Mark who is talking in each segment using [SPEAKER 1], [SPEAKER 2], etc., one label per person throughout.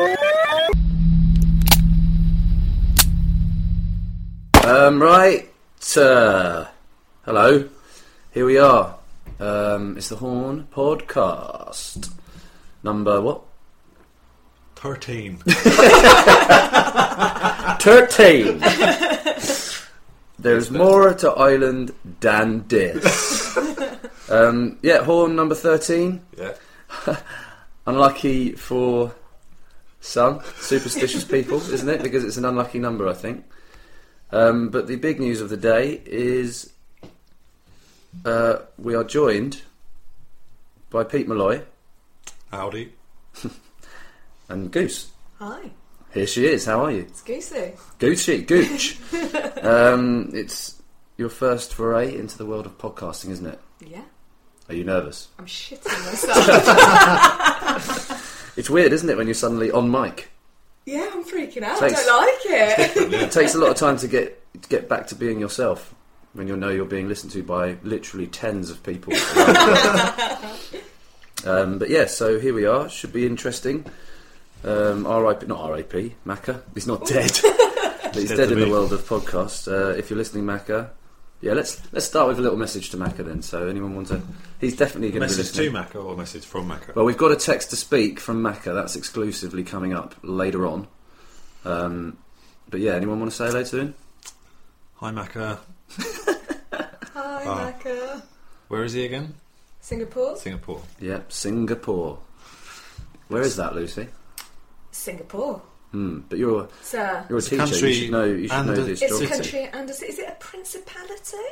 [SPEAKER 1] Um, uh, Um, It's the Horn Podcast. Number what?
[SPEAKER 2] 13.
[SPEAKER 1] 13. There's more to Island than this. um, yeah, Horn number 13.
[SPEAKER 2] yeah.
[SPEAKER 1] Unlucky for some superstitious people, isn't it? Because it's an unlucky number, I think. Um, but the big news of the day is uh, we are joined by Pete Malloy
[SPEAKER 2] Audi.
[SPEAKER 1] and Goose.
[SPEAKER 3] Hi,
[SPEAKER 1] Here she is. How are you?
[SPEAKER 3] it's Goosey.
[SPEAKER 1] Gucci, Gooch. um, it's your first foray into the world of podcasting, isn't it?
[SPEAKER 3] Yeah,
[SPEAKER 1] Are you nervous?
[SPEAKER 3] I'm shitting myself.
[SPEAKER 1] It's weird, isn't it, when you're suddenly on mic?
[SPEAKER 3] yeah, I'm freaking out.
[SPEAKER 1] Thanks.
[SPEAKER 3] I don't like it.
[SPEAKER 1] It takes a lot of time to get to get back to being yourself when you know you're being listened to by literally tens of people. around the world. um, but yeah, so here we are. Should be interesting. Um, RIP, not RIP, Macca. He's not dead, but he's
[SPEAKER 2] Dead
[SPEAKER 1] dead,
[SPEAKER 2] to
[SPEAKER 1] in the
[SPEAKER 2] me.
[SPEAKER 1] world of podcasts. Uh, if you're listening, Macca. Yeah, let's let's start with a little message to Macca then. So anyone wants to, he's definitely going to be
[SPEAKER 2] Message
[SPEAKER 1] listening.
[SPEAKER 2] to Macca or message from Macca?
[SPEAKER 1] Well, we've got a text to speak from Macca. That's exclusively coming up later on. Um, but yeah, anyone want to say hello to him?
[SPEAKER 2] Hi Macca.
[SPEAKER 3] Hi,
[SPEAKER 2] Oh.
[SPEAKER 3] Maka.
[SPEAKER 2] Where is he again?
[SPEAKER 3] Singapore.
[SPEAKER 2] Singapore.
[SPEAKER 1] Yeah, Singapore. Where is that, Lucy?
[SPEAKER 3] Singapore.
[SPEAKER 1] Hmm. But you're a,
[SPEAKER 3] Sir,
[SPEAKER 1] you're a
[SPEAKER 2] It's a
[SPEAKER 1] teacher.
[SPEAKER 2] country
[SPEAKER 1] you should know. You should
[SPEAKER 2] and
[SPEAKER 1] know
[SPEAKER 2] a-
[SPEAKER 3] it's
[SPEAKER 1] this. geography.
[SPEAKER 3] a
[SPEAKER 2] Jordan.
[SPEAKER 3] country and a ci- Is it a principality?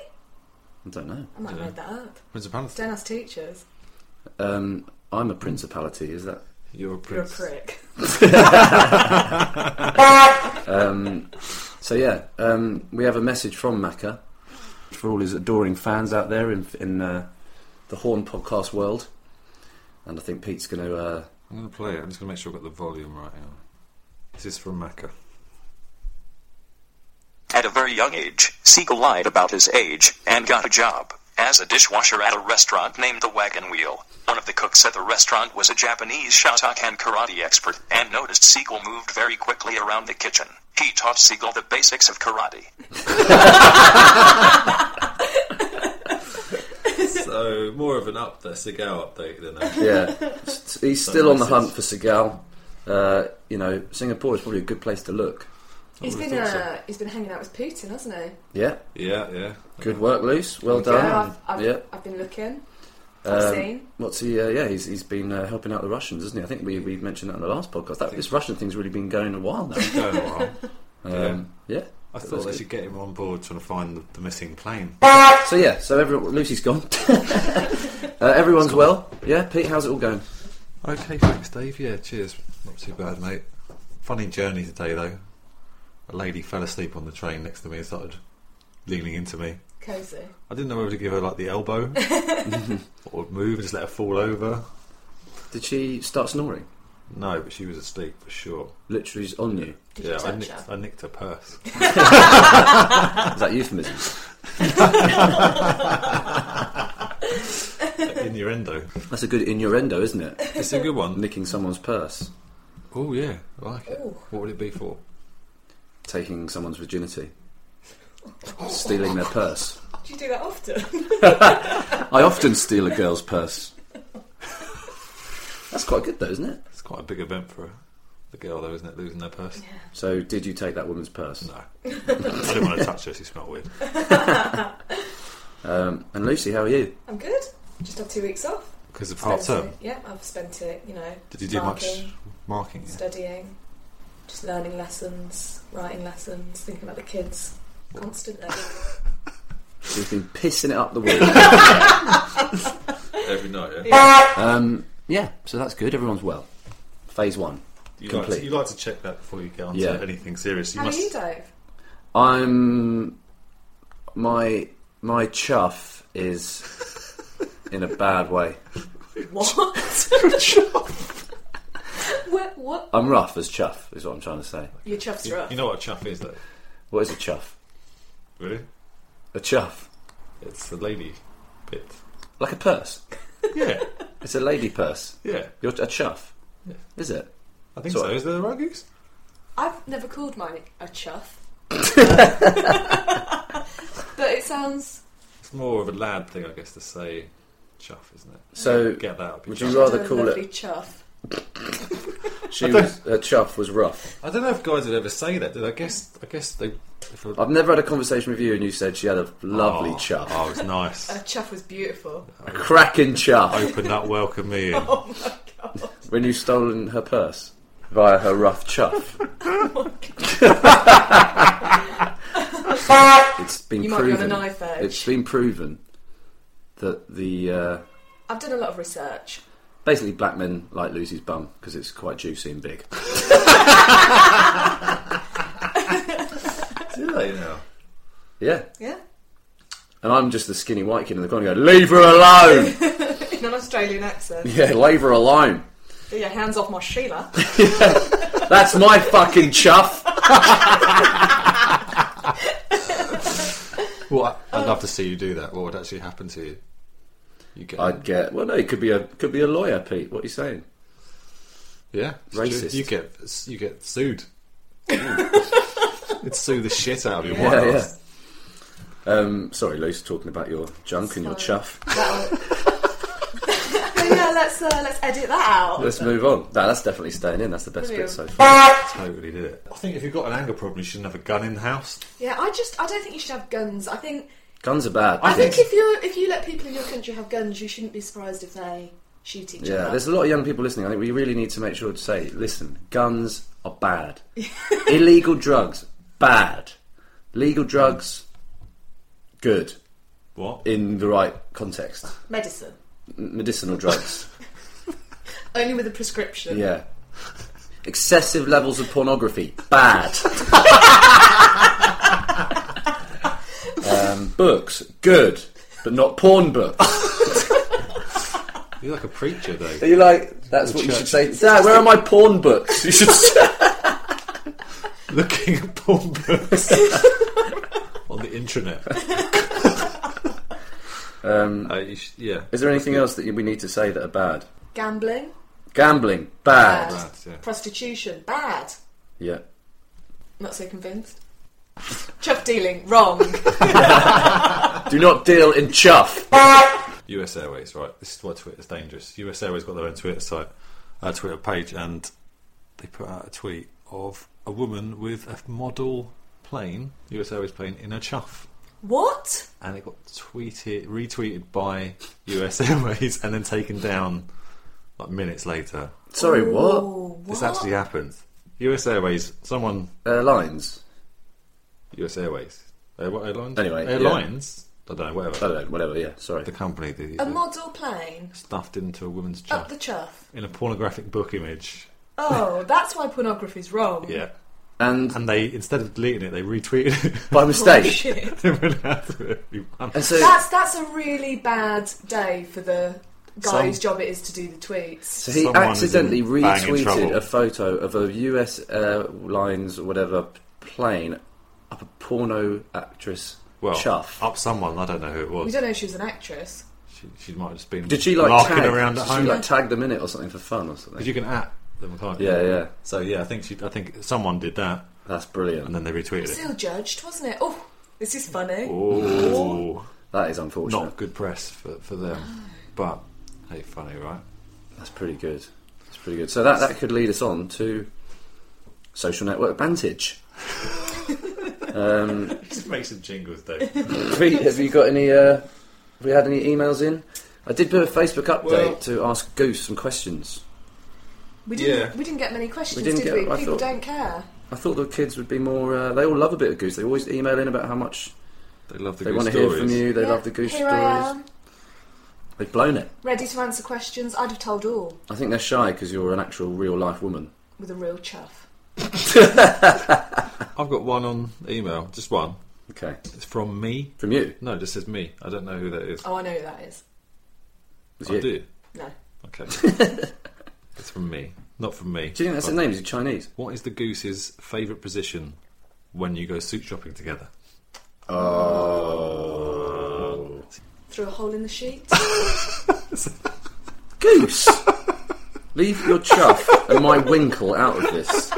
[SPEAKER 1] I don't know.
[SPEAKER 3] I might
[SPEAKER 2] Yeah.
[SPEAKER 3] load that up.
[SPEAKER 2] Principality.
[SPEAKER 3] Don't ask teachers.
[SPEAKER 1] Um, I'm a principality. Is that?
[SPEAKER 2] You're a
[SPEAKER 3] You're a
[SPEAKER 2] prince.
[SPEAKER 3] prick.
[SPEAKER 1] Um, so yeah, um, we have a message from Macca for all his adoring fans out there in in uh, the Horn podcast world. And I think Pete's going to. Uh,
[SPEAKER 2] I'm going to play it. I'm just going to make sure I've got the volume right now. This is from Macca.
[SPEAKER 4] At a very young age, Siegel lied about his age and got a job as a dishwasher at a restaurant named the Wagon Wheel. One of the cooks at the restaurant was a Japanese Shotokan karate expert and noticed Siegel moved very quickly around the kitchen. He taught Siegel the basics of karate.
[SPEAKER 2] so, more of an up the cigar update than a
[SPEAKER 1] yeah, S- he's still on the hunt
[SPEAKER 2] message.
[SPEAKER 1] for Seagal. Uh, you know, Singapore is probably a good place to look.
[SPEAKER 3] He's
[SPEAKER 2] would've
[SPEAKER 3] been
[SPEAKER 2] thought so.
[SPEAKER 3] uh, he's been hanging out with Putin, hasn't he?
[SPEAKER 1] Yeah,
[SPEAKER 2] Yeah, yeah.
[SPEAKER 1] good work, Luce. Well
[SPEAKER 3] Yeah,
[SPEAKER 1] done.
[SPEAKER 3] I've, I've,
[SPEAKER 1] yeah.
[SPEAKER 3] I've been looking. I've
[SPEAKER 1] Um,
[SPEAKER 3] seen.
[SPEAKER 1] what's he? Uh, yeah, he's, he's been uh, helping out the Russians, isn't he? I think we, we mentioned that on the last podcast. That, this Russian thing's really been going a while now.
[SPEAKER 2] Going well.
[SPEAKER 1] Um, yeah.
[SPEAKER 2] I
[SPEAKER 1] That's
[SPEAKER 2] thought they
[SPEAKER 1] good.
[SPEAKER 2] should get him on board trying to find the, the missing plane.
[SPEAKER 1] So yeah, so everyone, Lucy's gone. uh, everyone's well. Yeah, Pete, how's it all going?
[SPEAKER 2] Okay, thanks, Dave. Yeah, cheers. Not too bad, mate. Funny journey today, though. A lady fell asleep on the train next to me and started leaning into me.
[SPEAKER 3] Cozy.
[SPEAKER 2] I didn't know whether to give her like the elbow or move and just let her fall over.
[SPEAKER 1] Did she start snoring?
[SPEAKER 2] No, but she was asleep for sure.
[SPEAKER 1] Literally just on you.
[SPEAKER 3] Did you
[SPEAKER 2] I
[SPEAKER 3] touch
[SPEAKER 2] nicked,
[SPEAKER 3] her?
[SPEAKER 2] I nicked her purse.
[SPEAKER 1] Is that euphemism?
[SPEAKER 2] Innuendo.
[SPEAKER 1] That's a good innuendo, isn't it?
[SPEAKER 2] It's a good one.
[SPEAKER 1] Nicking someone's purse,
[SPEAKER 2] Oh yeah, I like it.
[SPEAKER 3] Ooh.
[SPEAKER 2] What would it be for?
[SPEAKER 1] taking someone's virginity, stealing their purse.
[SPEAKER 3] Do you do that often?
[SPEAKER 1] I often steal a girl's purse. That's quite good, though, isn't it?
[SPEAKER 2] It's quite a big event for her. the girl, though, isn't it? Losing their purse.
[SPEAKER 1] So, did you take that woman's purse?
[SPEAKER 2] No, I didn't want to touch her. She smelled weird.
[SPEAKER 1] Um, and Lucy, how are you?
[SPEAKER 3] I'm good. Just had two weeks off.
[SPEAKER 2] Because of part
[SPEAKER 3] Spent
[SPEAKER 2] term.
[SPEAKER 3] it- Yeah, I've spent it, you know.
[SPEAKER 2] Oh, Did you do
[SPEAKER 3] marking,
[SPEAKER 2] much marking? yeah?
[SPEAKER 3] Studying, just learning lessons, writing lessons, thinking about the kids constantly.
[SPEAKER 1] She's been pissing it up the wall.
[SPEAKER 2] Every night. Yeah.
[SPEAKER 1] Um, yeah, so that's good. Everyone's well. Phase one.
[SPEAKER 2] You, like
[SPEAKER 1] complete.
[SPEAKER 2] to, you like to check that before you get onto
[SPEAKER 1] Yeah.
[SPEAKER 2] anything serious. You
[SPEAKER 3] How
[SPEAKER 2] must.
[SPEAKER 3] are you, Dave?
[SPEAKER 1] I'm my my chuff is in a bad way.
[SPEAKER 3] What? what? What?
[SPEAKER 1] I'm rough as chuff is what I'm trying to say.
[SPEAKER 3] Your chuffs are up.
[SPEAKER 2] You know what a chuff is, though.
[SPEAKER 1] What is a chuff?
[SPEAKER 2] Really?
[SPEAKER 1] A chuff,
[SPEAKER 2] It's the lady bit.
[SPEAKER 1] like a purse.
[SPEAKER 2] Yeah,
[SPEAKER 1] It's a lady purse.
[SPEAKER 2] yeah.
[SPEAKER 1] You're a chuff,
[SPEAKER 2] Yeah.
[SPEAKER 1] is it?
[SPEAKER 2] I think
[SPEAKER 1] So-
[SPEAKER 2] so. Is there the right goose?
[SPEAKER 3] I've never called mine a chuff. but it sounds.
[SPEAKER 2] It's more of a lad thing, I guess, to say chuff, isn't it?
[SPEAKER 1] So
[SPEAKER 2] Get that. Up your
[SPEAKER 1] Would you
[SPEAKER 2] chuff.
[SPEAKER 1] rather
[SPEAKER 5] What a
[SPEAKER 1] call
[SPEAKER 5] lovely
[SPEAKER 1] it-
[SPEAKER 5] chuff.
[SPEAKER 1] she was her chuff was rough.
[SPEAKER 2] I don't know if guys would ever say that. do they? I guess. I guess they. If a,
[SPEAKER 1] I've never had a conversation with you and you said she had a lovely
[SPEAKER 2] Oh,
[SPEAKER 1] chuff,
[SPEAKER 2] Oh, it was nice.
[SPEAKER 5] Her chuff was beautiful.
[SPEAKER 1] a cracking chuff.
[SPEAKER 2] Open up, welcome me in.
[SPEAKER 5] Oh my god.
[SPEAKER 1] when you stolen her purse via her rough chuff,
[SPEAKER 5] Oh
[SPEAKER 1] it's been
[SPEAKER 5] You might be on
[SPEAKER 1] proven.
[SPEAKER 5] a knife edge.
[SPEAKER 1] It's been proven that the uh,
[SPEAKER 5] I've done a lot of research.
[SPEAKER 1] basically black men like Lucy's bum because it's quite juicy and big.
[SPEAKER 2] Do they now?
[SPEAKER 1] Yeah,
[SPEAKER 5] Yeah?
[SPEAKER 1] and I'm just the skinny white kid in the corner going, "Leave her alone."
[SPEAKER 5] In an Australian accent.
[SPEAKER 1] yeah, leave her alone.
[SPEAKER 5] Yeah, hands off my Sheila.
[SPEAKER 1] That's my fucking chuff.
[SPEAKER 2] Well, I-
[SPEAKER 3] Oh.
[SPEAKER 2] I'd love to see you do that. What would actually happen to you? You get.
[SPEAKER 1] I'd get. Well, no, it could be a could be a lawyer, Pete. What are you saying?
[SPEAKER 2] yeah. it's
[SPEAKER 1] racist.
[SPEAKER 2] true. You get. You get sued. It'd sue the shit out of you.
[SPEAKER 1] Yeah,
[SPEAKER 2] What
[SPEAKER 1] yeah.
[SPEAKER 2] else?
[SPEAKER 1] Um, sorry, Luce, talking about your junk and your
[SPEAKER 5] Sorry.
[SPEAKER 1] chuff.
[SPEAKER 5] That'll- But yeah, let's uh, let's edit that out.
[SPEAKER 1] Let's move on. No, that's definitely staying in. That's the best bit
[SPEAKER 5] Brilliant.
[SPEAKER 1] so far.
[SPEAKER 2] Totally did it. I think if you've got an anger problem, you shouldn't have a gun in the house.
[SPEAKER 5] Yeah, I just I don't think you should have guns. I think
[SPEAKER 1] Guns are bad.
[SPEAKER 5] I think
[SPEAKER 2] think-
[SPEAKER 5] if you if you let people in your country have guns, you shouldn't be surprised if they shoot each
[SPEAKER 1] Yeah,
[SPEAKER 5] other.
[SPEAKER 1] there's a lot of young people listening. I think we really need to make sure to say, listen, guns are bad. Illegal drugs, bad. Legal drugs, good
[SPEAKER 2] What?
[SPEAKER 1] in the right context.
[SPEAKER 5] Medicine
[SPEAKER 1] M- medicinal drugs,
[SPEAKER 5] only with a prescription.
[SPEAKER 1] yeah. Excessive levels of pornography, bad. um, books, good, but not porn books.
[SPEAKER 2] You're like a preacher, though.
[SPEAKER 1] Are you like, that's what you should say? Dad, where are my porn books? You should say.
[SPEAKER 2] looking at porn books on the intranet. um, yeah.
[SPEAKER 1] Is there anything else that we need to say that are bad?
[SPEAKER 5] Gambling,
[SPEAKER 1] Gambling, bad.
[SPEAKER 5] Bad.
[SPEAKER 2] Right, yeah.
[SPEAKER 5] prostitution, bad.
[SPEAKER 1] Yeah.
[SPEAKER 5] Not so convinced. Chuff dealing, wrong.
[SPEAKER 1] Do not deal in chuff.
[SPEAKER 2] US Airways, right? This is why Twitter's dangerous. US Airways got their own Twitter site, uh, Twitter page, and they put out a tweet of a woman with a model plane, US Airways plane, in a chuff.
[SPEAKER 5] what?
[SPEAKER 2] And it got tweeted, retweeted by US Airways, and then taken down like minutes later.
[SPEAKER 1] Sorry, what?
[SPEAKER 5] Ooh, what?
[SPEAKER 2] This actually happened. US Airways, someone
[SPEAKER 1] Uh, Airlines.
[SPEAKER 2] US Airways. Uh, what airlines?
[SPEAKER 1] Anyway, yeah.
[SPEAKER 2] airlines. I don't know.
[SPEAKER 1] I
[SPEAKER 2] Whatever.
[SPEAKER 1] don't know, whatever, yeah, sorry.
[SPEAKER 2] The company that he's
[SPEAKER 5] a model plane
[SPEAKER 2] stuffed into a woman's
[SPEAKER 5] up
[SPEAKER 2] chuff
[SPEAKER 5] the chuff.
[SPEAKER 2] in a pornographic book image.
[SPEAKER 5] Oh, that's why pornography's wrong.
[SPEAKER 2] Yeah.
[SPEAKER 1] And
[SPEAKER 2] And they instead of deleting it, they retweeted it.
[SPEAKER 1] by mistake.
[SPEAKER 5] Shit.
[SPEAKER 2] They went out to everyone.
[SPEAKER 1] And so,
[SPEAKER 5] That's that's a really bad day for the guy
[SPEAKER 2] Some-
[SPEAKER 5] whose job it is to do the tweets.
[SPEAKER 1] so he
[SPEAKER 2] someone is
[SPEAKER 1] accidentally
[SPEAKER 2] in banging
[SPEAKER 1] retweeted
[SPEAKER 2] trouble.
[SPEAKER 1] a photo of a US Airlines or whatever plane up a porno actress
[SPEAKER 2] Well,
[SPEAKER 1] chuff.
[SPEAKER 2] up someone. I don't know who it
[SPEAKER 5] We
[SPEAKER 2] was.
[SPEAKER 5] don't know if she was an actress.
[SPEAKER 2] She, she might have just been.
[SPEAKER 1] Did she like
[SPEAKER 2] larking
[SPEAKER 1] tag?
[SPEAKER 2] around at
[SPEAKER 1] did she,
[SPEAKER 2] home?
[SPEAKER 1] like tag them in it or something for fun or something?
[SPEAKER 2] Because you can at them, can't you?
[SPEAKER 1] Yeah, yeah.
[SPEAKER 2] So yeah, I think she. I think someone did that,
[SPEAKER 1] That's brilliant.
[SPEAKER 2] and then they retweeted it.
[SPEAKER 5] Still judged, wasn't it? Oh, this is funny.
[SPEAKER 2] Oh,
[SPEAKER 1] That is unfortunate.
[SPEAKER 2] not good press for for them. But hey, funny, right?
[SPEAKER 1] That's pretty good. That's pretty good. So that, that could lead us on to social network vantage.
[SPEAKER 2] Just make some jingles, Dave.
[SPEAKER 1] Pete, have you got any? Uh, have we had any emails in? I did put a Facebook update
[SPEAKER 2] Well-
[SPEAKER 1] to ask Goose some questions.
[SPEAKER 5] We didn't
[SPEAKER 2] Yeah.
[SPEAKER 5] we didn't get many questions,
[SPEAKER 1] We didn't get-
[SPEAKER 5] did we?
[SPEAKER 1] I
[SPEAKER 5] People
[SPEAKER 1] thought-
[SPEAKER 5] don't care.
[SPEAKER 1] I thought the kids would be more. Uh, they all love a bit of Goose. They always email in about how much
[SPEAKER 2] They love the
[SPEAKER 1] they
[SPEAKER 2] good
[SPEAKER 1] want to
[SPEAKER 2] stories.
[SPEAKER 1] hear from you. They
[SPEAKER 5] Yeah,
[SPEAKER 1] love the Goose
[SPEAKER 5] Here I
[SPEAKER 1] stories.
[SPEAKER 5] am,
[SPEAKER 1] They've blown it.
[SPEAKER 5] ready to answer questions. I'd have told all
[SPEAKER 1] I think they're shy because you're an actual real life woman.
[SPEAKER 5] with a real chuff.
[SPEAKER 2] I've got one on email, just one.
[SPEAKER 1] Okay,
[SPEAKER 2] It's from me.
[SPEAKER 1] from you.
[SPEAKER 2] No, it just says me. I don't know who that is.
[SPEAKER 5] Oh, I know who that is.
[SPEAKER 1] It's
[SPEAKER 2] I
[SPEAKER 1] you.
[SPEAKER 2] do.
[SPEAKER 5] No.
[SPEAKER 2] Okay. it's from me, not from me.
[SPEAKER 1] Do you think that's
[SPEAKER 2] But
[SPEAKER 1] the name? Is he Chinese?
[SPEAKER 2] What is the goose's favourite position when you go suit shopping together?
[SPEAKER 5] Through a hole in the sheet.
[SPEAKER 1] Goose. Leave your chuff and my winkle out of this.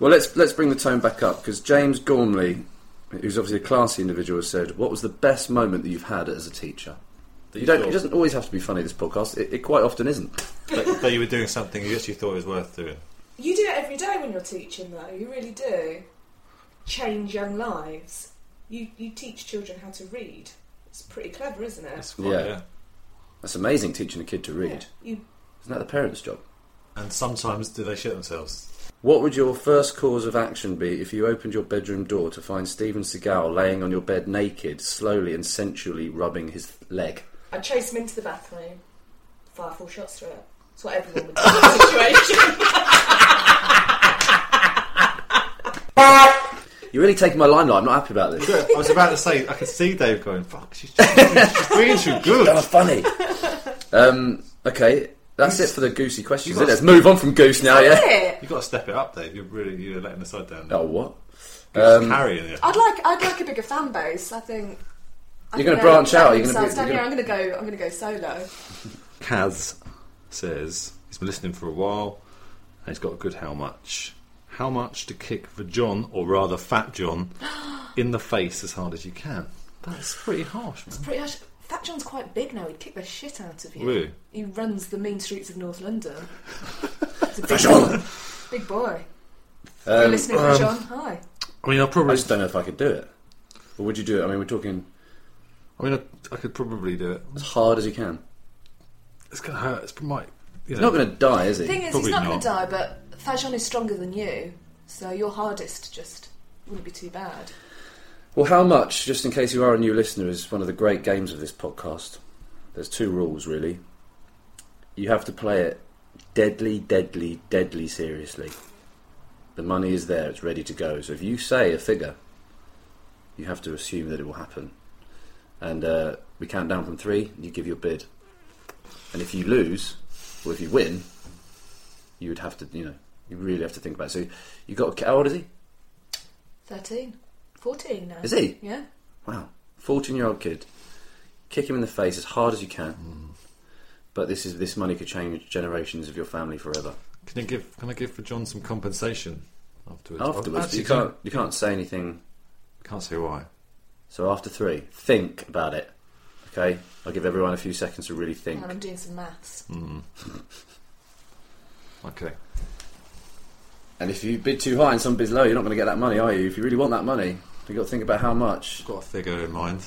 [SPEAKER 1] Well, let's let's bring the tone back up because James Gormley, who's obviously a classy individual, has said, "What was the best moment that you've had as a teacher?" You don't. It doesn't always have to be funny. This podcast, it, it quite often isn't.
[SPEAKER 2] that, that you were doing something you actually thought was worth doing.
[SPEAKER 3] You do it every day when you're teaching, though. You really do. Change young lives. You you teach children how to read. It's pretty clever, isn't it?
[SPEAKER 2] That's quite,
[SPEAKER 1] Yeah.
[SPEAKER 2] yeah.
[SPEAKER 1] That's amazing teaching a kid to read.
[SPEAKER 3] You
[SPEAKER 1] Isn't that the parents' job?
[SPEAKER 2] And sometimes do they shit themselves?
[SPEAKER 1] What would your first cause of action be if you opened your bedroom door to find Steven Seagal laying on your bed naked, slowly and sensually rubbing his leg?
[SPEAKER 3] I chase him into the bathroom. Fire four shots through it. That's what everyone would do in that situation.
[SPEAKER 1] You're really taking my limelight. I'm not happy about this.
[SPEAKER 2] I was about to say, I could see Dave going, "Fuck, she's just, she's being too
[SPEAKER 1] that
[SPEAKER 2] good."
[SPEAKER 1] was funny. um, okay, that's it for the goosey questions.
[SPEAKER 2] You
[SPEAKER 1] isn't it? Let's
[SPEAKER 2] must-
[SPEAKER 1] move on from goose now. Yeah.
[SPEAKER 3] Yeah.
[SPEAKER 2] You got to step it up, Dave. You're really you're letting the side down.
[SPEAKER 1] Oh what?
[SPEAKER 2] There's Harry in here.
[SPEAKER 5] I'd like I'd like a bigger fan base. I think. I
[SPEAKER 1] You're
[SPEAKER 5] think
[SPEAKER 1] gonna branch
[SPEAKER 5] they're-
[SPEAKER 1] out,
[SPEAKER 5] they're
[SPEAKER 1] you're gonna be-
[SPEAKER 5] themselves down
[SPEAKER 1] you're
[SPEAKER 5] here. I'm going to go. I'm going to go solo.
[SPEAKER 2] Kaz says he's been listening for a while and he's got a good how much. How much to kick for John, or rather Fat John, in the face as hard as you can? That's pretty harsh, man.
[SPEAKER 5] Pretty much. Fat John's quite big now. He'd kick the shit out of you.
[SPEAKER 2] Really?
[SPEAKER 5] He runs the mean streets of North London. It's a big
[SPEAKER 1] Um,
[SPEAKER 5] boy. Big boy. you listening, to John? Hi.
[SPEAKER 2] I mean, I
[SPEAKER 1] I
[SPEAKER 2] probably,
[SPEAKER 1] just don't know if I could do it. Or would you do it? I mean, we're talking
[SPEAKER 2] I mean, I, I could probably do it.
[SPEAKER 1] as hard as you can.
[SPEAKER 2] It's gonna hurt. It's might. You
[SPEAKER 1] He's
[SPEAKER 2] know,
[SPEAKER 1] not going to die, is he?
[SPEAKER 5] The thing is,
[SPEAKER 2] Probably
[SPEAKER 5] he's not, going
[SPEAKER 2] not.
[SPEAKER 5] to die, but Fat John is stronger than you, so your hardest just wouldn't be too bad.
[SPEAKER 1] Well, how much, just in case you are a new listener, is one of the great games of this podcast. There's two rules, really. You have to play it deadly, deadly, deadly seriously. The money is there, it's ready to go. So if you say a figure, you have to assume that it will happen. And uh, we count down from three, and you give your bid. And if you lose, or if you win, you would have to, you know, you really have to think about it. So you got, how old is he?
[SPEAKER 5] 13. 14 now.
[SPEAKER 1] Is he?
[SPEAKER 5] Yeah.
[SPEAKER 1] Wow. 14 year old kid. Kick him in the face as hard as you can. But this is this money could change generations of your family forever.
[SPEAKER 2] Can I give? Can I give for John some compensation afterwards?
[SPEAKER 1] Afterwards,
[SPEAKER 2] Actually,
[SPEAKER 1] you can't you can't say anything.
[SPEAKER 2] Can't say why.
[SPEAKER 1] So after three, think about it. Okay, I'll give everyone a few seconds to really think.
[SPEAKER 5] And I'm doing some maths.
[SPEAKER 2] Hmm. Okay.
[SPEAKER 1] And if you bid too high and some bids low, you're not going to get that money, are you? If you really want that money, you've got to think about how much.
[SPEAKER 2] Got a figure in mind.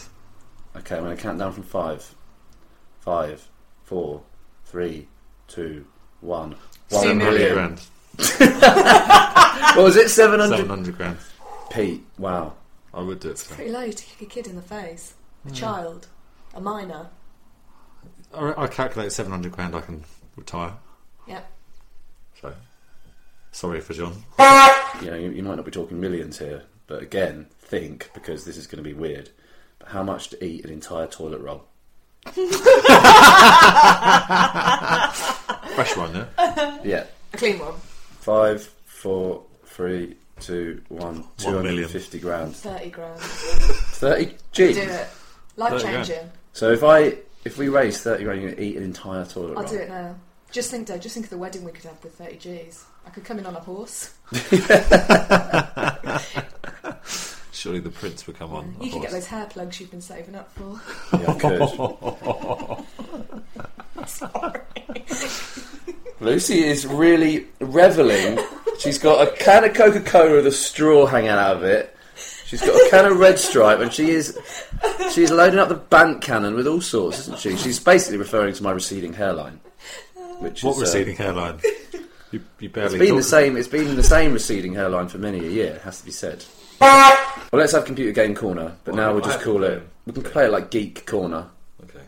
[SPEAKER 1] Okay, I'm going to count down from five. Five, four, three, two, one. One
[SPEAKER 5] Seven million.
[SPEAKER 1] million.
[SPEAKER 2] grand.
[SPEAKER 1] What was it? Seven
[SPEAKER 2] Seven
[SPEAKER 1] hundred.
[SPEAKER 2] hundred grand.
[SPEAKER 1] Pete. Wow.
[SPEAKER 2] I would do it. For
[SPEAKER 5] Pretty low to kick a kid in the face.
[SPEAKER 2] Hmm.
[SPEAKER 5] A child. A minor.
[SPEAKER 2] I, re- I calculate seven hundred grand. I can retire.
[SPEAKER 5] Yep.
[SPEAKER 2] So, sorry for John.
[SPEAKER 1] you know, you, you might not be talking millions here, but again, think because this is going to be weird. But how much to eat an entire toilet roll?
[SPEAKER 2] Fresh one, yeah.
[SPEAKER 1] Yeah,
[SPEAKER 5] A clean one.
[SPEAKER 1] five, four, three, two, one, two
[SPEAKER 2] One
[SPEAKER 1] hundred
[SPEAKER 2] million.
[SPEAKER 1] and fifty grand,
[SPEAKER 5] 30 grand.
[SPEAKER 1] thirty.
[SPEAKER 5] Do
[SPEAKER 1] G.
[SPEAKER 5] it. Life
[SPEAKER 2] 30 grand.
[SPEAKER 5] changing.
[SPEAKER 1] So if I if we raise thirty grand, you're going to eat an entire toilet roll.
[SPEAKER 5] I'll do it now. Just think, Dave, just think of the wedding we could have with 30 G's. I could come in on a horse.
[SPEAKER 2] Surely the prince would come on.
[SPEAKER 5] You
[SPEAKER 2] of
[SPEAKER 5] could get
[SPEAKER 2] course.
[SPEAKER 5] those hair plugs you've been saving up for.
[SPEAKER 1] Yeah, I could. Lucy is really reveling. She's got a can of Coca Cola with a straw hanging out of it. She's got a can of Red Stripe, and she is she's loading up the bank cannon with all sorts, isn't she? She's basically referring to my receding hairline, which
[SPEAKER 2] What
[SPEAKER 1] is, uh,
[SPEAKER 2] receding hairline? You, you barely.
[SPEAKER 1] it's been the
[SPEAKER 2] talk-
[SPEAKER 1] same. It's been the same receding hairline for many a year. It has to be said. Well, let's have computer game corner, but now
[SPEAKER 2] Well,
[SPEAKER 1] we'll
[SPEAKER 2] I
[SPEAKER 1] just
[SPEAKER 2] have
[SPEAKER 1] call
[SPEAKER 2] a
[SPEAKER 1] it.
[SPEAKER 2] game.
[SPEAKER 1] We can play it like Geek Corner.
[SPEAKER 2] Okay.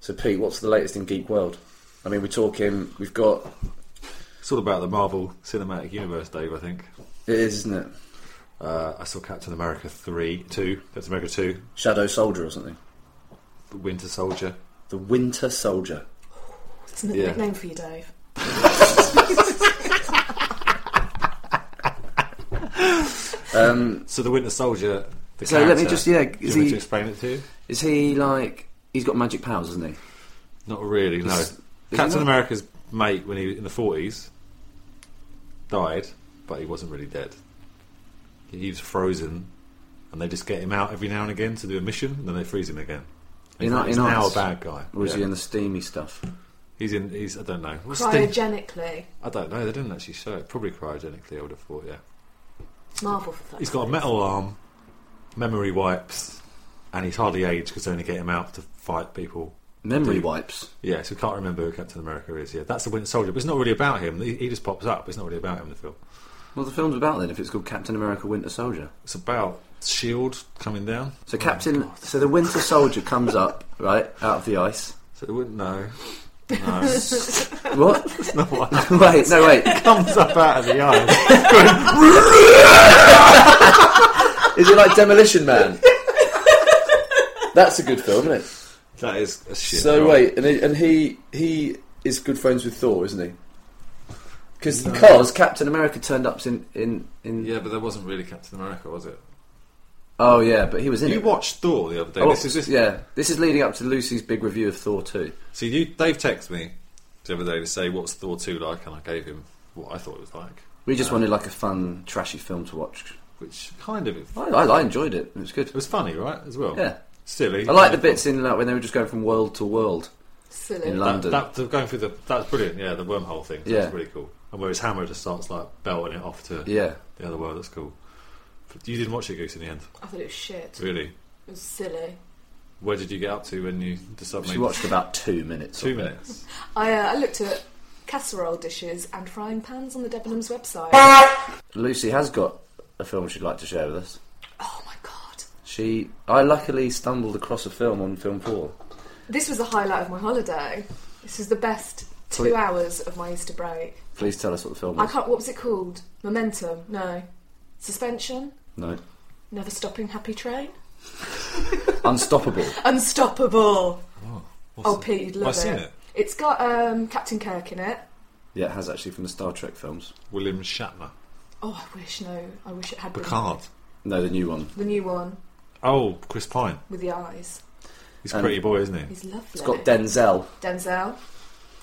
[SPEAKER 1] So, Pete, what's the latest in Geek World? I mean, we're talking. We've got
[SPEAKER 2] It's all about the Marvel Cinematic Universe, Dave. I think.
[SPEAKER 1] it is, isn't it?
[SPEAKER 2] Uh, I saw Captain America three, two, Captain America two,
[SPEAKER 1] Shadow Soldier or something.
[SPEAKER 2] The Winter Soldier.
[SPEAKER 1] The Winter Soldier.
[SPEAKER 5] It's another
[SPEAKER 2] Yeah.
[SPEAKER 5] nickname for you, Dave.
[SPEAKER 2] So the Winter Soldier. The
[SPEAKER 1] So let me
[SPEAKER 2] character-
[SPEAKER 1] just- yeah,
[SPEAKER 2] Do you
[SPEAKER 1] is
[SPEAKER 2] want me
[SPEAKER 1] he-
[SPEAKER 2] to explain it to you?
[SPEAKER 1] Is he like? He's got magic powers, isn't he?
[SPEAKER 2] Not really. No.
[SPEAKER 1] Is- is he
[SPEAKER 2] Captain
[SPEAKER 1] not?
[SPEAKER 2] America's mate when he was in the forties died, but he wasn't really dead. He was frozen and they just get him out every now and again to do a mission, and then they freeze him again.
[SPEAKER 1] In
[SPEAKER 2] He's
[SPEAKER 1] our- in
[SPEAKER 2] now a
[SPEAKER 1] ours?
[SPEAKER 2] bad guy.
[SPEAKER 1] Or is
[SPEAKER 2] Yeah.
[SPEAKER 1] he in the steamy stuff?
[SPEAKER 2] He's in. He's. I don't know. What's the-
[SPEAKER 5] Cryogenically.
[SPEAKER 2] I don't know. They didn't actually show it. Probably cryogenically. I would have thought. Yeah.
[SPEAKER 5] Marvel for that.
[SPEAKER 2] He's got a metal arm, memory wipes, and he's hardly aged because they only get him out to fight people.
[SPEAKER 1] Memory
[SPEAKER 2] Dude.
[SPEAKER 1] wipes.
[SPEAKER 2] Yeah, so we can't remember who Captain America is. Yeah, that's the Winter Soldier, but it's not really about him. He, he just pops up. It's not really about him. The film.
[SPEAKER 1] Well, the film's about then if it's called Captain America Winter Soldier.
[SPEAKER 2] It's about Shield E coming down.
[SPEAKER 1] So Captain, so the Winter Soldier comes up right out of the ice.
[SPEAKER 2] So they wouldn't know. No, it's
[SPEAKER 1] What?
[SPEAKER 2] not what happens.
[SPEAKER 1] wait, no, wait.
[SPEAKER 2] comes up out of the ice.
[SPEAKER 1] Is it like Demolition Man? That's a good film, isn't it?
[SPEAKER 2] That is a shit.
[SPEAKER 1] so
[SPEAKER 2] film.
[SPEAKER 1] wait, and he, and he he is good friends with Thor, isn't he? Because because Captain America turned up in in in.
[SPEAKER 2] Yeah, but that wasn't really Captain America, was it?
[SPEAKER 1] Oh yeah, but he was in
[SPEAKER 2] You
[SPEAKER 1] it.
[SPEAKER 2] watched Thor the other day.
[SPEAKER 1] Oh,
[SPEAKER 2] this is this.
[SPEAKER 1] Yeah, this is leading up to Lucy's big review of Thor two.
[SPEAKER 2] See, you, Dave texted me the other day to say what's Thor two like, and I gave him what I thought it was like,
[SPEAKER 1] We just wanted like a fun, trashy film to watch.
[SPEAKER 2] which kind of it,
[SPEAKER 1] I, I, I enjoyed it. It was good.
[SPEAKER 2] it was funny, right? As well.
[SPEAKER 1] Yeah.
[SPEAKER 2] Silly.
[SPEAKER 1] I like the bits in like when they were just going from world to world
[SPEAKER 5] Silly.
[SPEAKER 1] in
[SPEAKER 2] That,
[SPEAKER 1] London.
[SPEAKER 2] that, the- going through the that's brilliant. Yeah, the wormhole thing.
[SPEAKER 1] Yeah.
[SPEAKER 2] That's really cool. And whereas Hammer just starts like belting it off to
[SPEAKER 1] yeah.
[SPEAKER 2] the other world. That's cool. But you didn't watch it, Goose, in the end,
[SPEAKER 5] I thought it was shit. It
[SPEAKER 2] really.
[SPEAKER 5] was silly.
[SPEAKER 2] Where did you get up to when you decided?
[SPEAKER 1] She watched about two minutes.
[SPEAKER 2] two
[SPEAKER 1] of it.
[SPEAKER 2] minutes.
[SPEAKER 5] I, uh, I looked at casserole dishes and frying pans on the Debenhams website.
[SPEAKER 1] Lucy has got a film she'd like to share with us.
[SPEAKER 5] oh my god.
[SPEAKER 1] She, I luckily stumbled across a film on Film Four.
[SPEAKER 5] This was the highlight of my holiday. This was the best two
[SPEAKER 1] Please-
[SPEAKER 5] hours of my Easter break.
[SPEAKER 1] Please tell us what the film
[SPEAKER 5] I
[SPEAKER 1] was.
[SPEAKER 5] can't. What was it called? Momentum? No. Suspension?
[SPEAKER 1] No,
[SPEAKER 5] Never stopping happy train?
[SPEAKER 1] Unstoppable.
[SPEAKER 5] Unstoppable.
[SPEAKER 2] What's
[SPEAKER 5] Oh,
[SPEAKER 2] it?
[SPEAKER 5] Pete, you'd love
[SPEAKER 2] I've
[SPEAKER 5] it.
[SPEAKER 2] seen it.
[SPEAKER 5] It's got um, Captain Kirk in it.
[SPEAKER 1] Yeah, it has actually from the Star Trek films.
[SPEAKER 2] William Shatner.
[SPEAKER 5] Oh, I wish no. I wish it had been
[SPEAKER 2] Picard.
[SPEAKER 1] No, the new one.
[SPEAKER 5] the new one
[SPEAKER 2] Oh, Chris Pine.
[SPEAKER 5] with the eyes.
[SPEAKER 2] He's a
[SPEAKER 1] Um,
[SPEAKER 2] pretty boy, isn't he?
[SPEAKER 5] He's lovely.
[SPEAKER 1] It's got Denzel.
[SPEAKER 5] Denzel.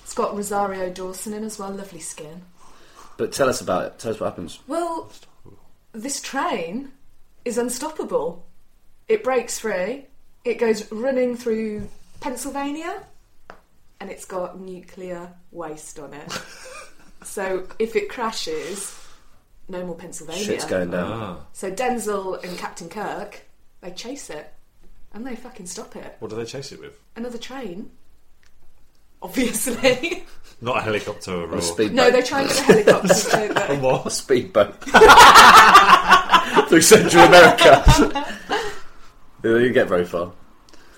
[SPEAKER 5] It's got Rosario Dawson in as well. Lovely skin.
[SPEAKER 1] But tell us about it. Tell us what happens.
[SPEAKER 5] Well, this train is unstoppable. It breaks free. It goes running through Pennsylvania, and it's got nuclear waste on it. so if it crashes, no more Pennsylvania.
[SPEAKER 1] Shit's going down.
[SPEAKER 2] Ah.
[SPEAKER 5] So Denzel and Captain Kirk, they chase it, and they fucking stop it.
[SPEAKER 2] What do they chase it with?
[SPEAKER 5] Another train. Obviously.
[SPEAKER 2] Not a helicopter or
[SPEAKER 1] A speedboat.
[SPEAKER 5] no, they try and get a helicopter, don't they?
[SPEAKER 1] A speedboat through Central America. you didn't get very far.